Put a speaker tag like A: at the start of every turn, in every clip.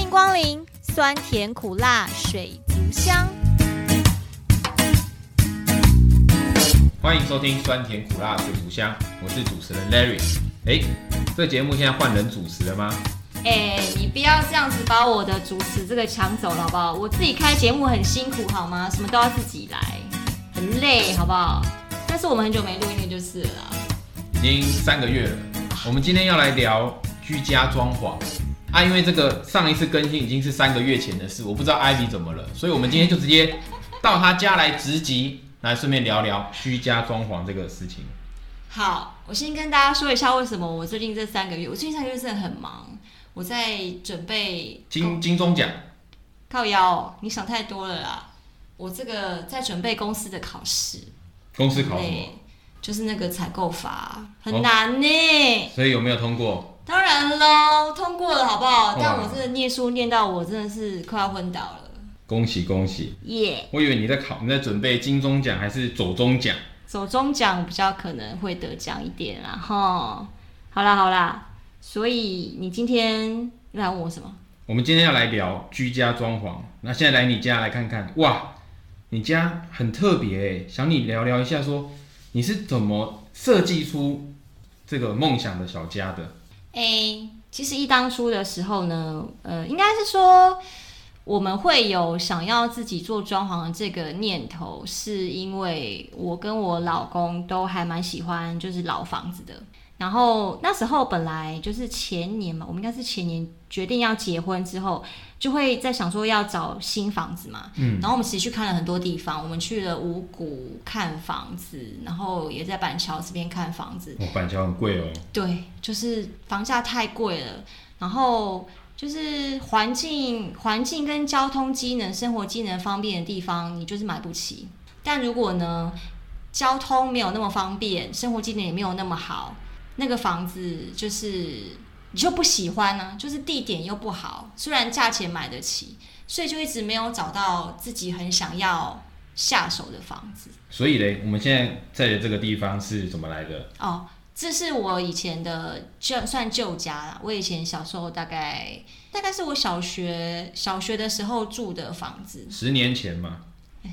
A: 迎光临，酸甜苦辣水族箱。
B: 欢迎收听酸甜苦辣水族箱，我是主持人 Larry。哎，这节目现在换人主持了吗？
C: 哎、你不要这样子把我的主持这个抢走了，好不好？我自己开节目很辛苦，好吗？什么都要自己来，很累，好不好？但是我们很久没录音就是了啦。
B: 已经三个月了。我们今天要来聊居家装潢啊，因为这个上一次更新已经是三个月前的事，我不知道 Ivy 怎么了，所以我们今天就直接到他家来直击，来顺便聊聊居家装潢这个事情。
C: 好，我先跟大家说一下为什么我最近这三个月，我最近三个月真的很忙，我在准备
B: 金金钟奖
C: 靠腰哦、你想太多了啦。我这个在准备公司的考试，
B: 公司考什
C: 对
B: 么？，
C: 就是那个采购法
B: 哦
C: 很难呢、
B: 所以有没有通过？
C: 当然喽，通过了好不好
B: 哇？
C: 但我真的念书念到我真的是快要昏倒了，
B: 恭喜恭喜！
C: 耶、
B: 我以为你在考，你在准备金钟奖还是走中奖？
C: 走中奖比较可能会得奖一点啦，哈。好啦好啦，所以你今天你来问我什么？
B: 我们今天要来聊居家装潢。那现在来你家来看看，哇，你家很特别诶，想你聊聊一下说你是怎么设计出这个梦想的小家的？
C: 哎、其实一当初的时候呢，呃，应该是说我们会有想要自己做装潢的这个念头，是因为我跟我老公都还蛮喜欢就是老房子的。然后那时候本来就是前年嘛，我们应该是前年决定要结婚之后，就会在想说要找新房子嘛。
B: 嗯，
C: 然后我们其实去看了很多地方，我们去了五谷看房子，然后也在板桥这边看房子，
B: 我板桥很贵哦，
C: 对，就是房价太贵了，然后就是环境、环境跟交通机能、生活机能方便的地方，你就是买不起。但如果呢，交通没有那么方便，生活机能也没有那么好，那个房子就是你就不喜欢呢、就是地点又不好，虽然价钱买得起，所以就一直没有找到自己很想要下手的房子。
B: 所以嘞，我们现在在的这个地方是怎么来的？
C: 哦，这是我以前的旧算旧家啦。我以前小时候大概大概是我小学小学的时候住的房子。
B: 十年前嘛，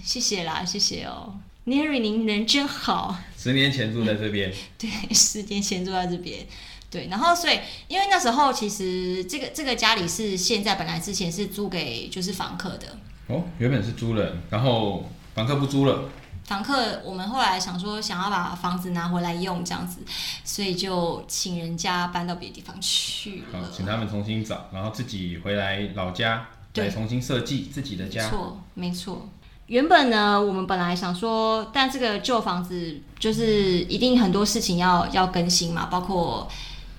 C: 谢谢啦，谢谢哦，Neri，您人真好。
B: 十年前住在这边，
C: 对，十年前住在这边。对，然后所以因为那时候其实这个这个家里是现在本来之前是租给就是房客的，
B: 哦，原本是租人，然后房客不租了，
C: 房客，我们后来想说想要把房子拿回来用这样子，所以就请人家搬到别的地方去
B: 好
C: 了，。
B: 请他们重新找，然后自己回来老家
C: 对
B: 来重新设计自己的家
C: 没。错，没错。原本呢，我们本来想说，但这个旧房子就是一定很多事情要要更新嘛，包括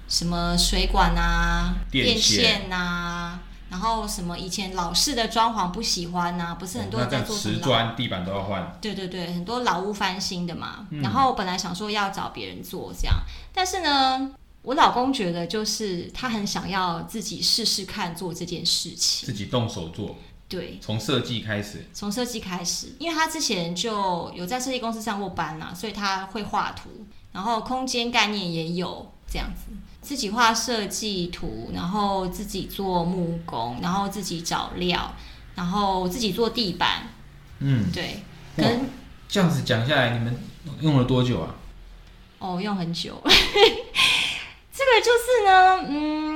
C: 什么水管啊、
B: 电线
C: 线啊，然后什么以前老式的装潢不喜欢呐、不是很多
B: 哦
C: 人
B: 那这
C: 在
B: 样
C: 做什么
B: 瓷
C: 老
B: 砖、地板都要换。
C: 对对对，很多老屋翻新的嘛。
B: 嗯
C: 然后本来想说要找别人做这样，但是呢，我老公觉得就是他很想要自己试试看做这件事情，
B: 自己动手做，
C: 对。
B: 从设计开始。
C: 从设计开始，因为他之前就有在设计公司上过班啦、所以他会画图，然后空间概念也有这样子，自己画设计图，然后自己做木工，然后自己找料，然后自己做地板，
B: 嗯，
C: 对，
B: 哇
C: 跟
B: 这样子讲下来，你们用了多久啊？
C: 哦用很久， 这个就是呢，嗯。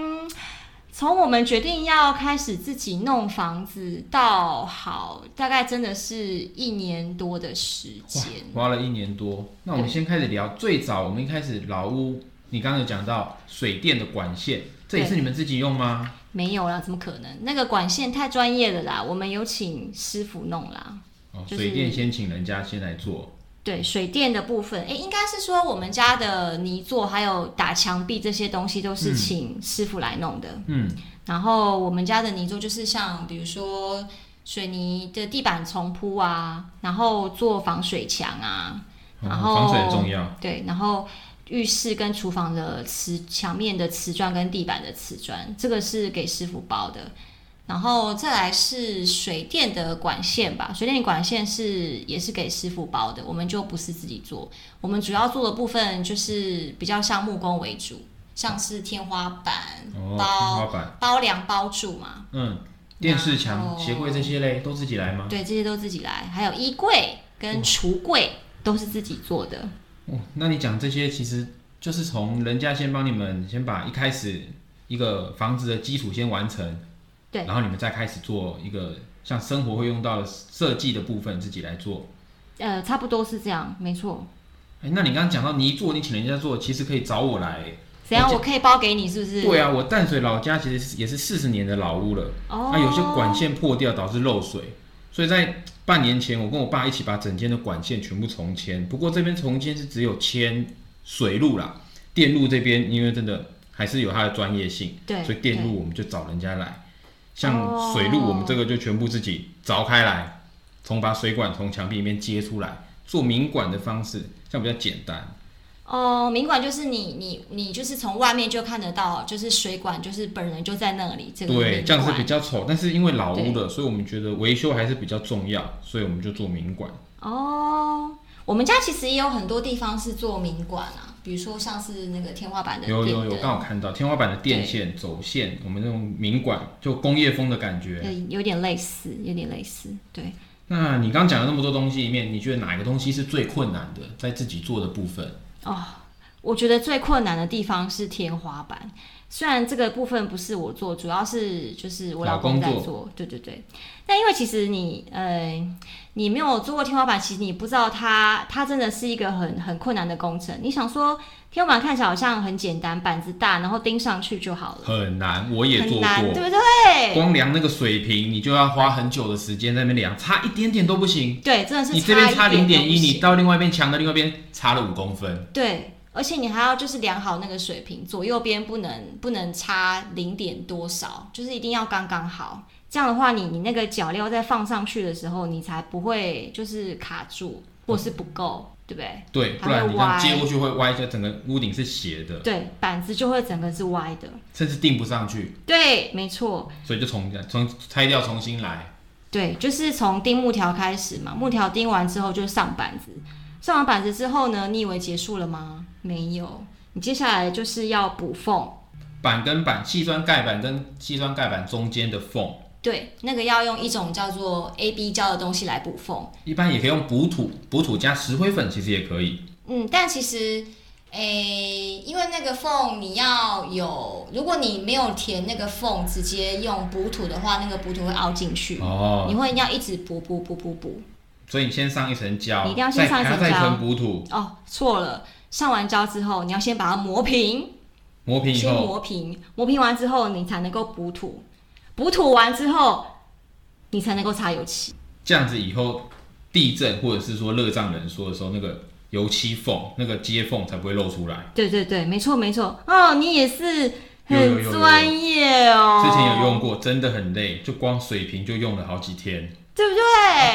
C: 从我们决定要开始自己弄房子到好，大概真的是一年多的时
B: 哇
C: 间。，
B: 花了一年多。那我们先开始聊，最早我们一开始老屋，你刚刚有讲到水电的管线，这也是你们自己用吗？
C: 没有啦，怎么可能？那个管线太专业了啦，我们有请师傅弄啦。
B: 哦，
C: 就是
B: 水电先请人家先来做，
C: 对水电的部分，诶，应该是说我们家的泥作还有打墙壁这些东西都是请师傅来弄的。
B: 嗯，
C: 然后我们家的泥作就是像比如说水泥的地板重铺啊，然后做防水墙啊，
B: 哦
C: 然后
B: 防水很重要。
C: 对，然后浴室跟厨房的瓷墙面的瓷砖跟地板的瓷砖，这个是给师傅包的。然后再来是水电的管线吧，水电管线是也是给师傅包的，我们就不是自己做。我们主要做的部分就是比较像木工为主，像是天花板、
B: 哦，天花
C: 包
B: 板，
C: 包梁、包柱嘛，
B: 嗯，电视
C: 然
B: 墙、
C: 后
B: 鞋柜这些嘞，都自己来吗？
C: 对，这些都自己来，还有衣柜跟橱柜都是自己做的。
B: 哦，那你讲这些其实就是从人家先帮你们先把一开始一个房子的基础先完成，
C: 对
B: 然后你们再开始做一个像生活会用到的设计的部分自己来做。
C: 呃，差不多是这样，没错。
B: 哎，那你刚刚讲到泥做，你请人家做，其实可以找我来。
C: 怎样？
B: 我
C: 我可以包给你，是不是？
B: 对啊，我淡水老家其实也是四十年的老屋了，
C: 哦，
B: 那、啊有些管线破掉导致漏水，所以在半年前我跟我爸一起把整间的管线全部重迁。不过这边重迁是只有迁水路啦，电路这边因为真的还是有它的专业性，
C: 对，
B: 所以电
C: 对
B: 路我们就找人家来。像
C: 哦
B: 水路我们这个就全部自己凿开来，从把水管从墙壁里面接出来，做明管的方式，这样比较简单。
C: 哦，明管就是你你你就是从外面就看得到，就是水管就是本人就在那里，这个
B: 对，
C: 明
B: 这样是
C: 管
B: 比较丑，但是因为老屋的，所以我们觉得维修还是比较重要，所以我们就做明管。
C: 哦，我们家其实也有很多地方是做明管啊，比如说像是那个天花板的
B: 有有有，
C: 电
B: 刚好看到天花板的电线走线，我们那种明管就工业风的感
C: 灯
B: 觉。
C: 对，有点类似，有点类似，对。
B: 那你刚讲了那么多东西里面，你觉得哪一个东西是最困难的，在自己做的部分？
C: 哦，我觉得最困难的地方是天花板，虽然这个部分不是我做，主要是就是我老公在
B: 老公
C: 做。对对对，但因为其实你呃，你没有做过天花板，其实你不知道它它真的是一个很很困难的工程。你想说天花板看起来好像很简单，板子大，然后钉上去就好了，
B: 很难，我也做
C: 很难，对
B: 过。
C: 不对？
B: 光量那个水平，你就要花很久的时间在那边量，差一点点都不行。
C: 对，真的是
B: 你这边差
C: 一
B: 零
C: 点
B: 点
C: 都不
B: 一，你
C: 行
B: 到另外一边墙的另外一边差了五公分。
C: 对，而且你还要就是量好那个水平，左右边不能不能差零点多少，就是一定要刚刚好。这样的话你，你那个脚料在放上去的时候，你才不会就是卡住或是不够，对不对？
B: 对，
C: 还
B: 不然
C: 会
B: 你这样
C: 歪
B: 接过去会歪，就整个屋顶是斜的，
C: 对，板子就会整个是歪的。
B: 甚至钉不上去，
C: 对，没错，
B: 所以就重重拆掉重新来。
C: 对，就是从钉木条开始嘛，木条钉完之后就上板子，上完板子之后呢，你以为结束了吗？没有，你接下来就是要补缝。
B: 板跟板，细砖盖板跟细砖盖板中间的缝，
C: 对，那个要用一种叫做 A B 胶的东西来补缝。
B: 一般也可以用补土，补土加石灰粉其实也可以。
C: 嗯，但其实，诶，因为那个缝你要有，如果你没有填那个缝，直接用补土的话，那个补土会凹进去，你
B: 哦，
C: 会要一直补补补补补。
B: 所以你先上一层胶，
C: 你一定要先上一层胶
B: 再还要再层补土，
C: 哦，错了，上完胶之后，你要先把它磨平，
B: 磨平以
C: 先
B: 后，
C: 磨平，磨平完之后，你才能够补土，补土完之后，你才能够擦油漆。
B: 这样子以后地震或者是说热胀冷缩的时候，那个油漆缝那个接缝才不会露出来。
C: 对对对，没错没错。哦，你也是
B: 有有有
C: 很
B: 有
C: 专业哦。
B: 之前有用过，真的很累，就光水平就用了好几天。
C: 对不
B: 做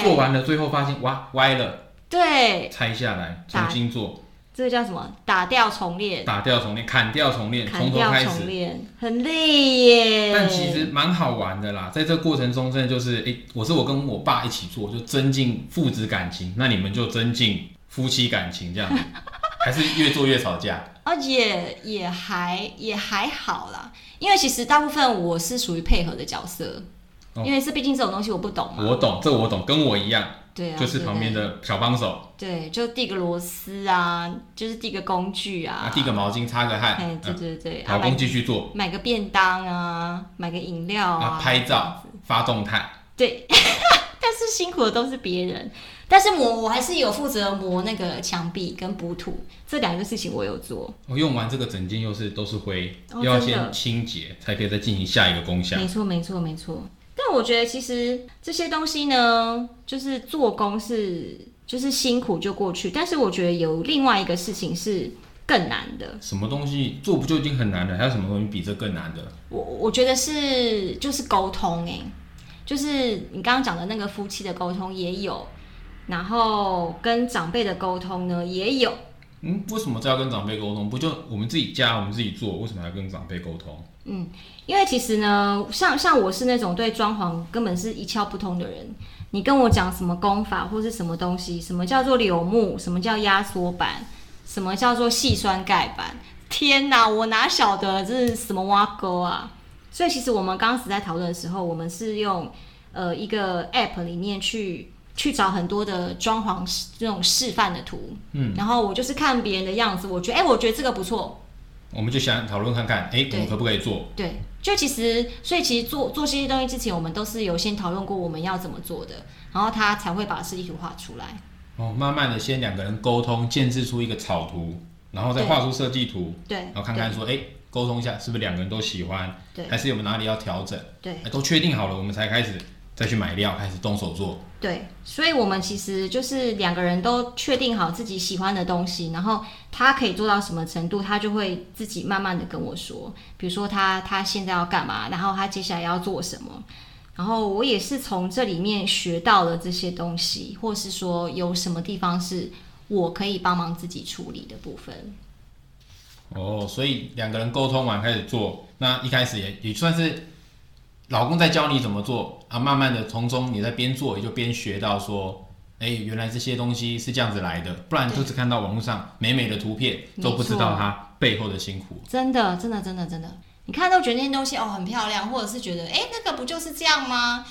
C: 对？
B: 完了，最后发现哇歪了，
C: 对，
B: 拆下来重新做，
C: 这个叫什么？打掉重练，
B: 打掉重练，砍掉重练，
C: 砍
B: 从头
C: 掉
B: 开
C: 重
B: 始。
C: 练，很累耶。
B: 但其实蛮好玩的啦，在这过程中真的就是，诶，我是我跟我爸一起做，就增进父子感情，那你们就增进夫妻感情这 样子，还是越做越吵架。
C: 而且也还也还好啦，因为其实大部分我是属于配合的角色，
B: 哦
C: 因为是毕竟这种东西我不懂嘛。
B: 我懂，这我懂，跟我一样，
C: 对啊，
B: 就是旁边
C: 对
B: 的小帮手
C: 不对对，就递个螺丝啊，就是递个工具啊
B: 啊，，递个毛巾擦个汗，
C: 哎，对
B: 嗯
C: 对对，啊
B: 老
C: 买
B: 公继续做
C: 买个便当啊，买个饮料
B: 啊，拍照发动态。
C: 对， 但是辛苦的都是别人。但是磨我还是有负责磨那个墙壁跟补土这两个事情我有做，
B: 我哦用完这个整间又是都是灰，
C: 哦
B: 又要
C: 真的嗯
B: 先清洁，才可以再进行下一个工项
C: 没。错没错没错。但我觉得其实这些东西呢，就是做工是就是辛苦就过去，但是我觉得有另外一个事情是更难的，
B: 什么东西做不就已经很难了，还有什么东西比这更难的？
C: 我我觉得是就是沟通哎、就是你刚刚讲的那个夫妻的沟通也有，然后跟长辈的沟通呢也有。
B: 嗯，为什么这要跟长辈沟通？不就我们自己家，我们自己做，为什么还要跟长辈沟通？
C: 因为其实呢，像像我是那种对装潢根本是一窍不通的人，你跟我讲什么功法或是什么东西，什么叫做柳木，什么叫压缩板，什么叫做细酸盖板，天哪，我哪晓得这是什么挖沟啊？所以其实我们刚开始在讨论的时候，我们是用呃一个 app 里面去去找很多的装潢示这种示范的图，
B: 嗯，
C: 然后我就是看别人的样子，我觉得哎、我觉得这个不错，
B: 我们就想讨论看看，哎，我
C: 对
B: 们可不可以做？
C: 对，就其实，所以其实做做这些东西之前，我们都是有先讨论过我们要怎么做的，然后他才会把设计图画出来。
B: 哦，慢慢的先两个人沟通，建制出一个草图，然后再
C: 对
B: 画出设计图，
C: 对，
B: 然后看看说，哎，沟通一下是不是两个人都喜欢，
C: 对
B: 还是有没有哪里要调整？
C: 对
B: 哎都确定好了，我们才开始再去买料，开始动手做。
C: 对，所以我们其实就是两个人都确定好自己喜欢的东西，然后他可以做到什么程度，他就会自己慢慢的跟我说，比如说他他现在要干嘛，然后他接下来要做什么，然后我也是从这里面学到了这些东西，或是说有什么地方是我可以帮忙自己处理的部分。
B: 哦，所以两个人沟通完开始做，那一开始也也算是老公在教你怎么做啊，慢慢的从中你在边做也就边学到说，哎，原来这些东西是这样子来的，不然就只看到网络上美美的图片，
C: 没
B: 都不知道
C: 错
B: 它背后的辛苦。
C: 真的，真的，真的，真的，你看都觉得那些东西哦很漂亮，或者是觉得哎那个不就是这样吗？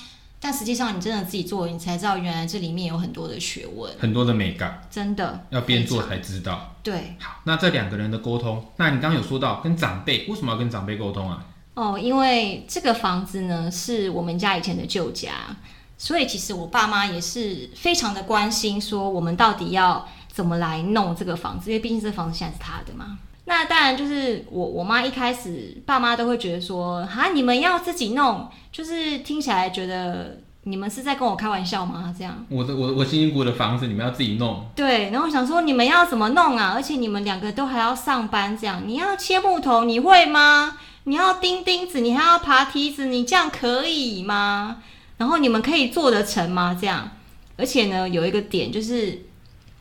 C: 但实际上你真的自己做，你才知道原来这里面有很多的学问，
B: 很多的美感
C: 真的
B: 要边做才知道。
C: 对
B: 好，那这两个人的沟通，那你刚刚有说到跟长辈，为什么要跟长辈沟通啊？
C: 哦，因为这个房子呢是我们家以前的旧家，所以其实我爸妈也是非常的关心，说我们到底要怎么来弄这个房子，因为毕竟这房子现在是他的嘛。那当然就是我我妈一开始爸妈都会觉得说，哈你们要自己弄，就是听起来觉得你们是在跟我开玩笑吗？这样。
B: 我的我我辛辛苦苦的房子，你们要自己弄，
C: 对，然后我想说你们要怎么弄啊？而且你们两个都还要上班，这样你要切木头，你会吗？你要钉钉子，你还要爬梯子，你这样可以吗？然后你们可以做得成吗？这样，而且呢，有一个点就是，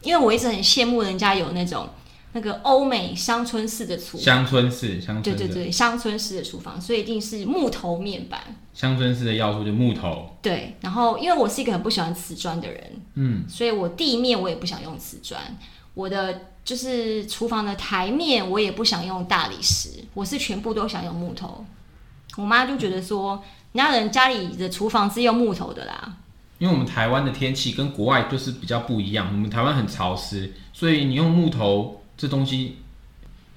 C: 因为我一直很羡慕人家有那种那个欧美乡村式的厨，
B: 乡村式乡
C: 对对
B: 村式，
C: 对，乡村式的厨房，所以一定是木头面板。
B: 乡村式的要素就是木头，
C: 对，然后因为我是一个很不喜欢瓷砖的人，
B: 嗯，
C: 所以我地面我也不想用瓷砖，我的就是厨房的台面我也不想用大理石，我是全部都想用木头。我妈就觉得说，人家人家里的厨房是用木头的啦，
B: 因为我们台湾的天气跟国外就是比较不一样，我们台湾很潮湿，所以你用木头这东西，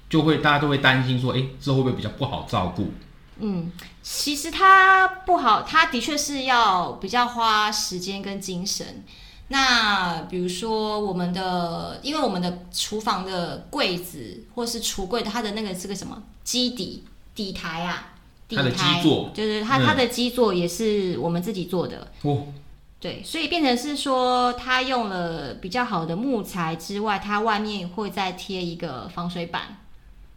B: 就会大家都会担心说，哎、这会不会比较不好照顾？
C: 嗯，其实它不好，它的确是要比较花时间跟精神。那比如说我们的，因为我们的厨房的柜子或是橱柜的，它的那个是个什么基底底台啊，底
B: 它的
C: 台
B: 基座
C: 对对，它
B: 嗯
C: 它的基座也是我们自己做的，
B: 哦，
C: 对，所以变成是说，它用了比较好的木材之外，它外面会再贴一个防水板。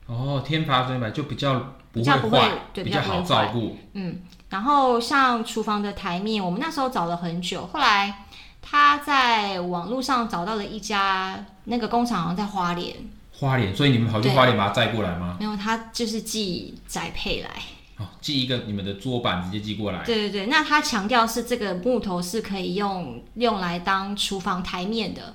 B: 哦，天罚水板就比较
C: 比
B: 不会
C: 较不会
B: 坏，
C: 对
B: 比
C: 比较
B: 较
C: 不会
B: 好照顾。
C: 嗯，然后像厨房的台面，我们那时候找了很久，后来他在网络上找到了一家那个工厂，好像在花莲，
B: 花莲，所以你们跑去
C: 对
B: 花莲把它载过来吗？
C: 然后他就是寄宅配来。
B: 哦，寄一个你们的桌板直接寄过来。
C: 对对对，那他强调是这个木头是可以用用来当厨房台面的。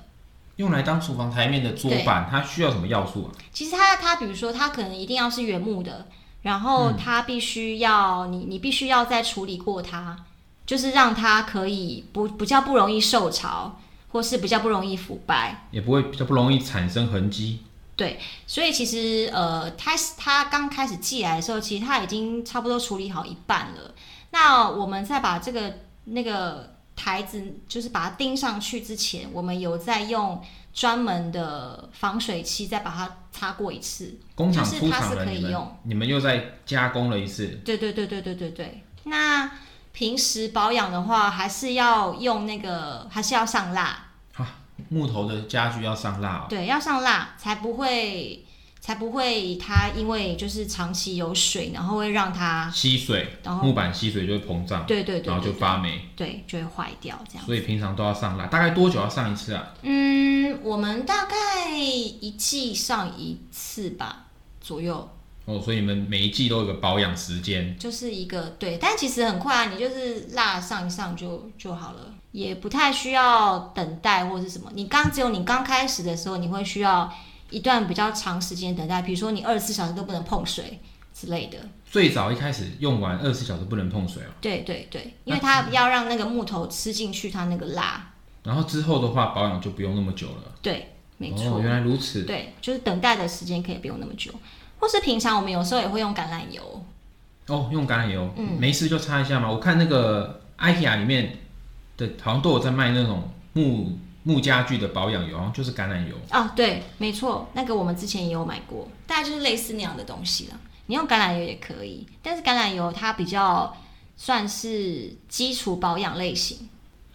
B: 用来当厨房台面的桌板，它需要什么要素啊？
C: 其实它它比如说它可能一定要是原木的，然后它必须要、你你必须要再处理过它，就是让它可以不比较不容易受潮，或是比较不容易腐败。
B: 也不会比较不容易产生痕迹。
C: 对，所以其实呃，他他刚开始寄来的时候，其实他已经差不多处理好一半了。那我们在把这个那个台子，就是把它钉上去之前，我们有在用专门的防水漆再把它擦过一次。
B: 工厂
C: 就是
B: 出
C: 它
B: 厂
C: 是
B: 了，
C: 可
B: 你
C: 以
B: 们
C: 用
B: 你们又再加工了一次，
C: 对对对对对对对。那平时保养的话，还是要用那个，还是要上蜡，
B: 木头的家具要上蜡、哦。
C: 对，要上蜡才不会，才不会它因为就是长期有水，然后会让它，
B: 吸水，
C: 啊然后
B: 木板吸水就会膨胀，
C: 对对对
B: 然后就
C: 对
B: 发霉，
C: 对，就会坏掉这样。
B: 所以平常都要上蜡。大概多久要上一次啊？
C: 嗯，我们大概一季上一次吧左右，
B: 哦，所以你们每一季都有个保养时间。
C: 就是一个对，但其实很快啊，你就是蜡上一上就就好了，也不太需要等待或是什么。你刚只有你刚开始的时候，你会需要一段比较长时间等待，比如说你二十四小时都不能碰水之类的。
B: 最早一开始用完二十四小时不能碰水哦，
C: 对对对，因为
B: 啊
C: 它要让那个木头吃进去它那个蜡。
B: 然后之后的话保养就不用那么久了。
C: 对，没错。
B: 哦，原来如此。
C: 对，就是等待的时间可以不用那么久，或是平常我们有时候也会用橄榄油。
B: 哦，用橄榄油，没事就擦一下嘛。我看那个 IKEA 里面的，好像都有在卖那种木木家具的保养油，好像就是橄榄油。
C: 啊，对，没错，那个我们之前也有买过，大概就是类似那样的东西了。你用橄榄油也可以，但是橄榄油它比较算是基础保养类型，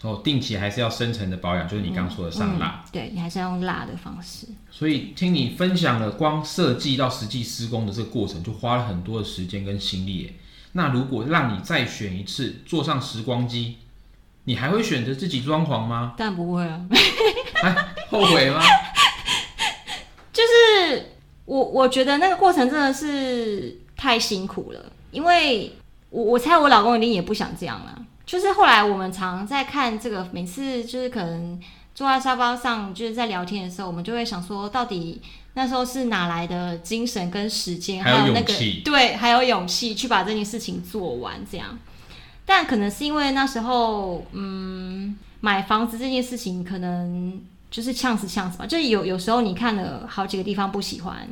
B: 哦，定期还是要深层的保养，就是你刚说的上蜡。
C: 嗯对你还是要用蜡的方式。
B: 所以听你分享了光设计到实际施工的这个过程，就花了很多的时间跟心力耶。那如果让你再选一次，坐上时光机，你还会选择自己装潢吗？
C: 但不会啊，
B: 后悔吗？
C: 就是我我觉得那个过程真的是太辛苦了，因为我我猜我老公一定也不想这样啦。就是后来我们常在看这个，每次就是可能坐在沙发上就是在聊天的时候，我们就会想说，到底那时候是哪来的精神跟时间，
B: 还有
C: 有那
B: 勇
C: 个
B: 气
C: 对，还有勇气去把这件事情做完这样。但可能是因为那时候，嗯，买房子这件事情可能就是呛死呛死吧，就是有有时候你看了好几个地方不喜欢，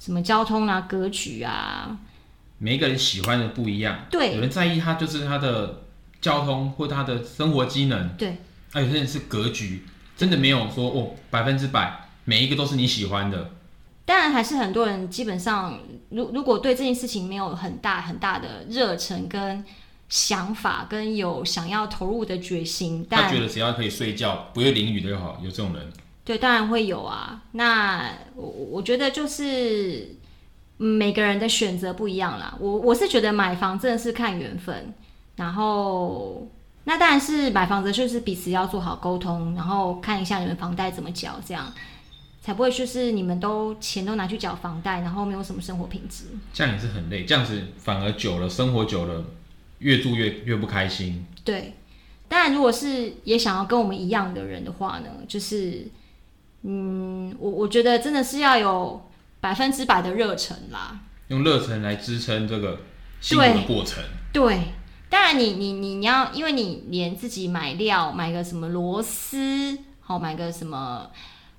C: 什么交通啊、格局啊，
B: 每一个人喜欢的不一样，
C: 对
B: 有人在意他就是他的交通或他的生活机能，
C: 对，
B: 啊，有些人是格局，真的没有说哦百分之百每一个都是你喜欢的，
C: 当然还是很多人基本上，如如果对这件事情没有很大很大的热忱跟想法，跟有想要投入的决心，
B: 他
C: 但
B: 觉得只要可以睡觉不会淋雨的就好，有这种人，
C: 对，当然会有啊。那我我我觉得就是嗯每个人的选择不一样啦。我我是觉得买房真的是看缘分，然后那当然是买房子就是彼此要做好沟通，然后看一下你们房贷怎么缴，这样才不会就是你们都钱都拿去缴房贷，然后没有什么生活品质。
B: 这样也是很累，这样子反而久了生活久了，越住越越不开心。
C: 对，当然，如果是也想要跟我们一样的人的话呢，就是，嗯，我我觉得真的是要有百分之百的热忱啦。
B: 用热忱来支撑这个辛苦的过程，
C: 对，当然你你你你要，因为你连自己买料，买个什么螺丝，好买个什么，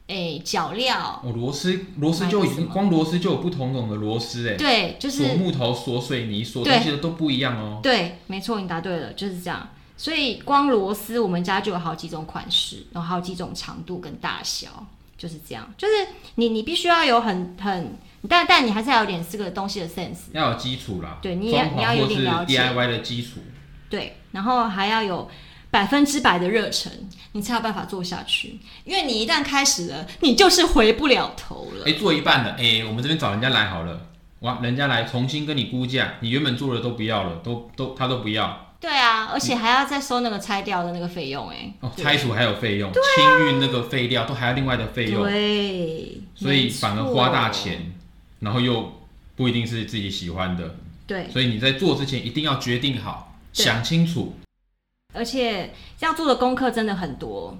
C: 诶、脚料，
B: 哦，螺丝螺丝就
C: 买
B: 已
C: 个什
B: 经
C: 么
B: 光螺丝就有不同种的螺丝哎，
C: 对，就是
B: 锁木头、锁水泥、锁
C: 对
B: 东西的都不一样哦。
C: 对，没错，你答对了，就是这样。所以光螺丝我们家就有好几种款式，然后好几种长度跟大小，就是这样。就是你你必须要有很很，但但你还是要有点这个东西的 sense，
B: 要有基础啦，
C: 对你也
B: 装
C: 你要
B: 潢
C: 有
B: 或
C: 点
B: 是
C: 了解
B: DIY 的基础。
C: 对，然后还要有百分之百的热忱，你才有办法做下去。因为你一旦开始了，你就是回不了头了。
B: 哎、做一半了，哎、我们这边找人家来好了，哇，人家来重新跟你估价，你原本做的都不要了，都都他都不要，
C: 对啊，而且还要再收那个拆掉的那个费用、哎、
B: 哦，
C: 对啊
B: 拆除还有费用，清运那个废料都还要另外的费用，
C: 对，
B: 所以
C: 没
B: 反而花大
C: 错，
B: 钱，然后又不一定是自己喜欢的，
C: 对。
B: 所以你在做之前一定要决定好，
C: 对
B: 想清楚，
C: 而且要做的功课真的很多，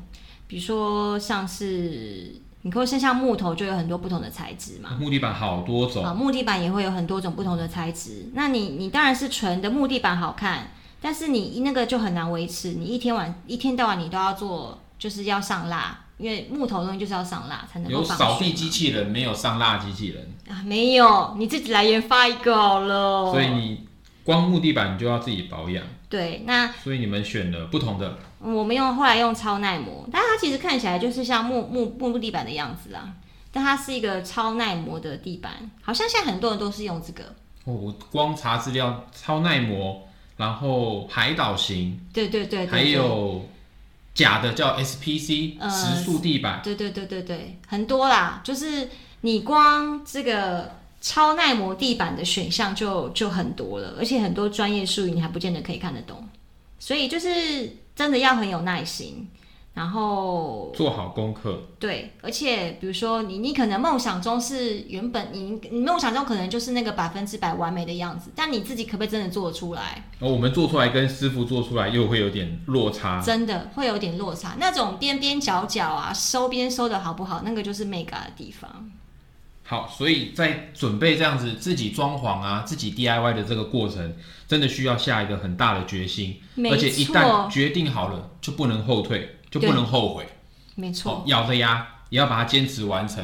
C: 比如说像是你会先像木头就有很多不同的材质嘛，
B: 木地板好多种，
C: 啊，木地板也会有很多种不同的材质。那你你当然是纯的木地板好看，但是你那个就很难维持，你一天晚一天到晚你都要做，就是要上蜡，因为木头的东西就是要上蜡才能够
B: 有
C: 防
B: 扫
C: 水
B: 地
C: 嘛
B: 机器人，没有上蜡机器人，
C: 啊，没有，你自己来研发一个好了。
B: 所以你光木地板你就要自己保养，
C: 对那
B: 所以你们选了不同的。
C: 我们用后来用超耐磨，但它其实看起来就是像木木木地板的样子啦，但它是一个超耐磨的地板，好像现在很多人都是用这个。
B: 哦，我光查资料，超耐磨，然后海岛型，
C: 对对对对
B: 还
C: 对
B: 有假的叫 SPC
C: 呃
B: 石塑地板，
C: 对对对对对，很多啦，就是你光这个超耐磨地板的选项就就很多了，而且很多专业术语你还不见得可以看得懂，所以就是真的要很有耐心，然后
B: 做好功课，
C: 对，而且比如说你，你可能梦想中是原本你你梦想中可能就是那个百分之百完美的样子，但你自己可不可以真的做得出来？
B: 然后哦我们做出来跟师傅做出来又会有点落差。
C: 真的会有点落差。那种边边角角啊，收边收的好不好，那个就是 mega 的地方。
B: 好，所以在准备这样子自己装潢啊、自己 DIY 的这个过程，真的需要下一个很大的决心，而
C: 没
B: 且一旦
C: 错，
B: 决定好了，就不能后退，就不
C: 对
B: 能后悔，
C: 没
B: 哦
C: 错，，
B: 咬着牙也要把它坚持完成。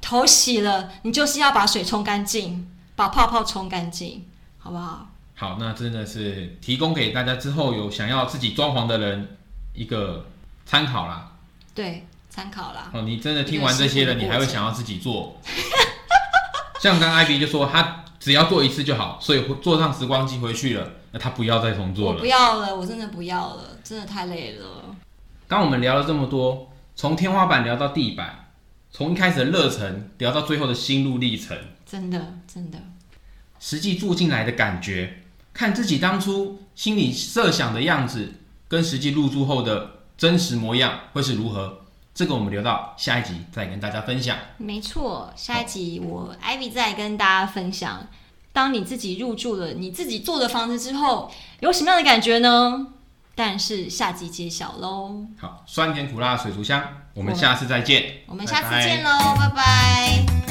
C: 头洗了，你就是要把水冲干净，把泡泡冲干净，好不好？
B: 好，那真的是提供给大家之后有想要自己装潢的人一个参考啦。
C: 对，参考啦。
B: 哦，你真的听完这些了，
C: 一个
B: 你
C: 辛苦的过程
B: 还会想要自己做？ 像刚艾比就说，他只要做一次就好，所以坐上时光机回去了，那他不要再重做
C: 我
B: 了
C: 不。要了，我真的不要了，真的太累了。
B: 刚我们聊了这么多，从天花板聊到地板，从一开始的热忱聊到最后的心路历程，
C: 真的，真的，
B: 实际住进来的感觉，看自己当初心里设想的样子，跟实际入住后的真实模样会是如何？这个我们留到下一集再跟大家分享。
C: 没错。下一集我 Ivy 再跟大家分享，当你自己入住了你自己做的房子之后，有什么样的感觉呢？但是下集揭晓喽，
B: 好，酸甜苦辣水族箱，我们
C: 我
B: 下次再见，
C: 我们下次
B: 拜拜
C: 见喽，拜拜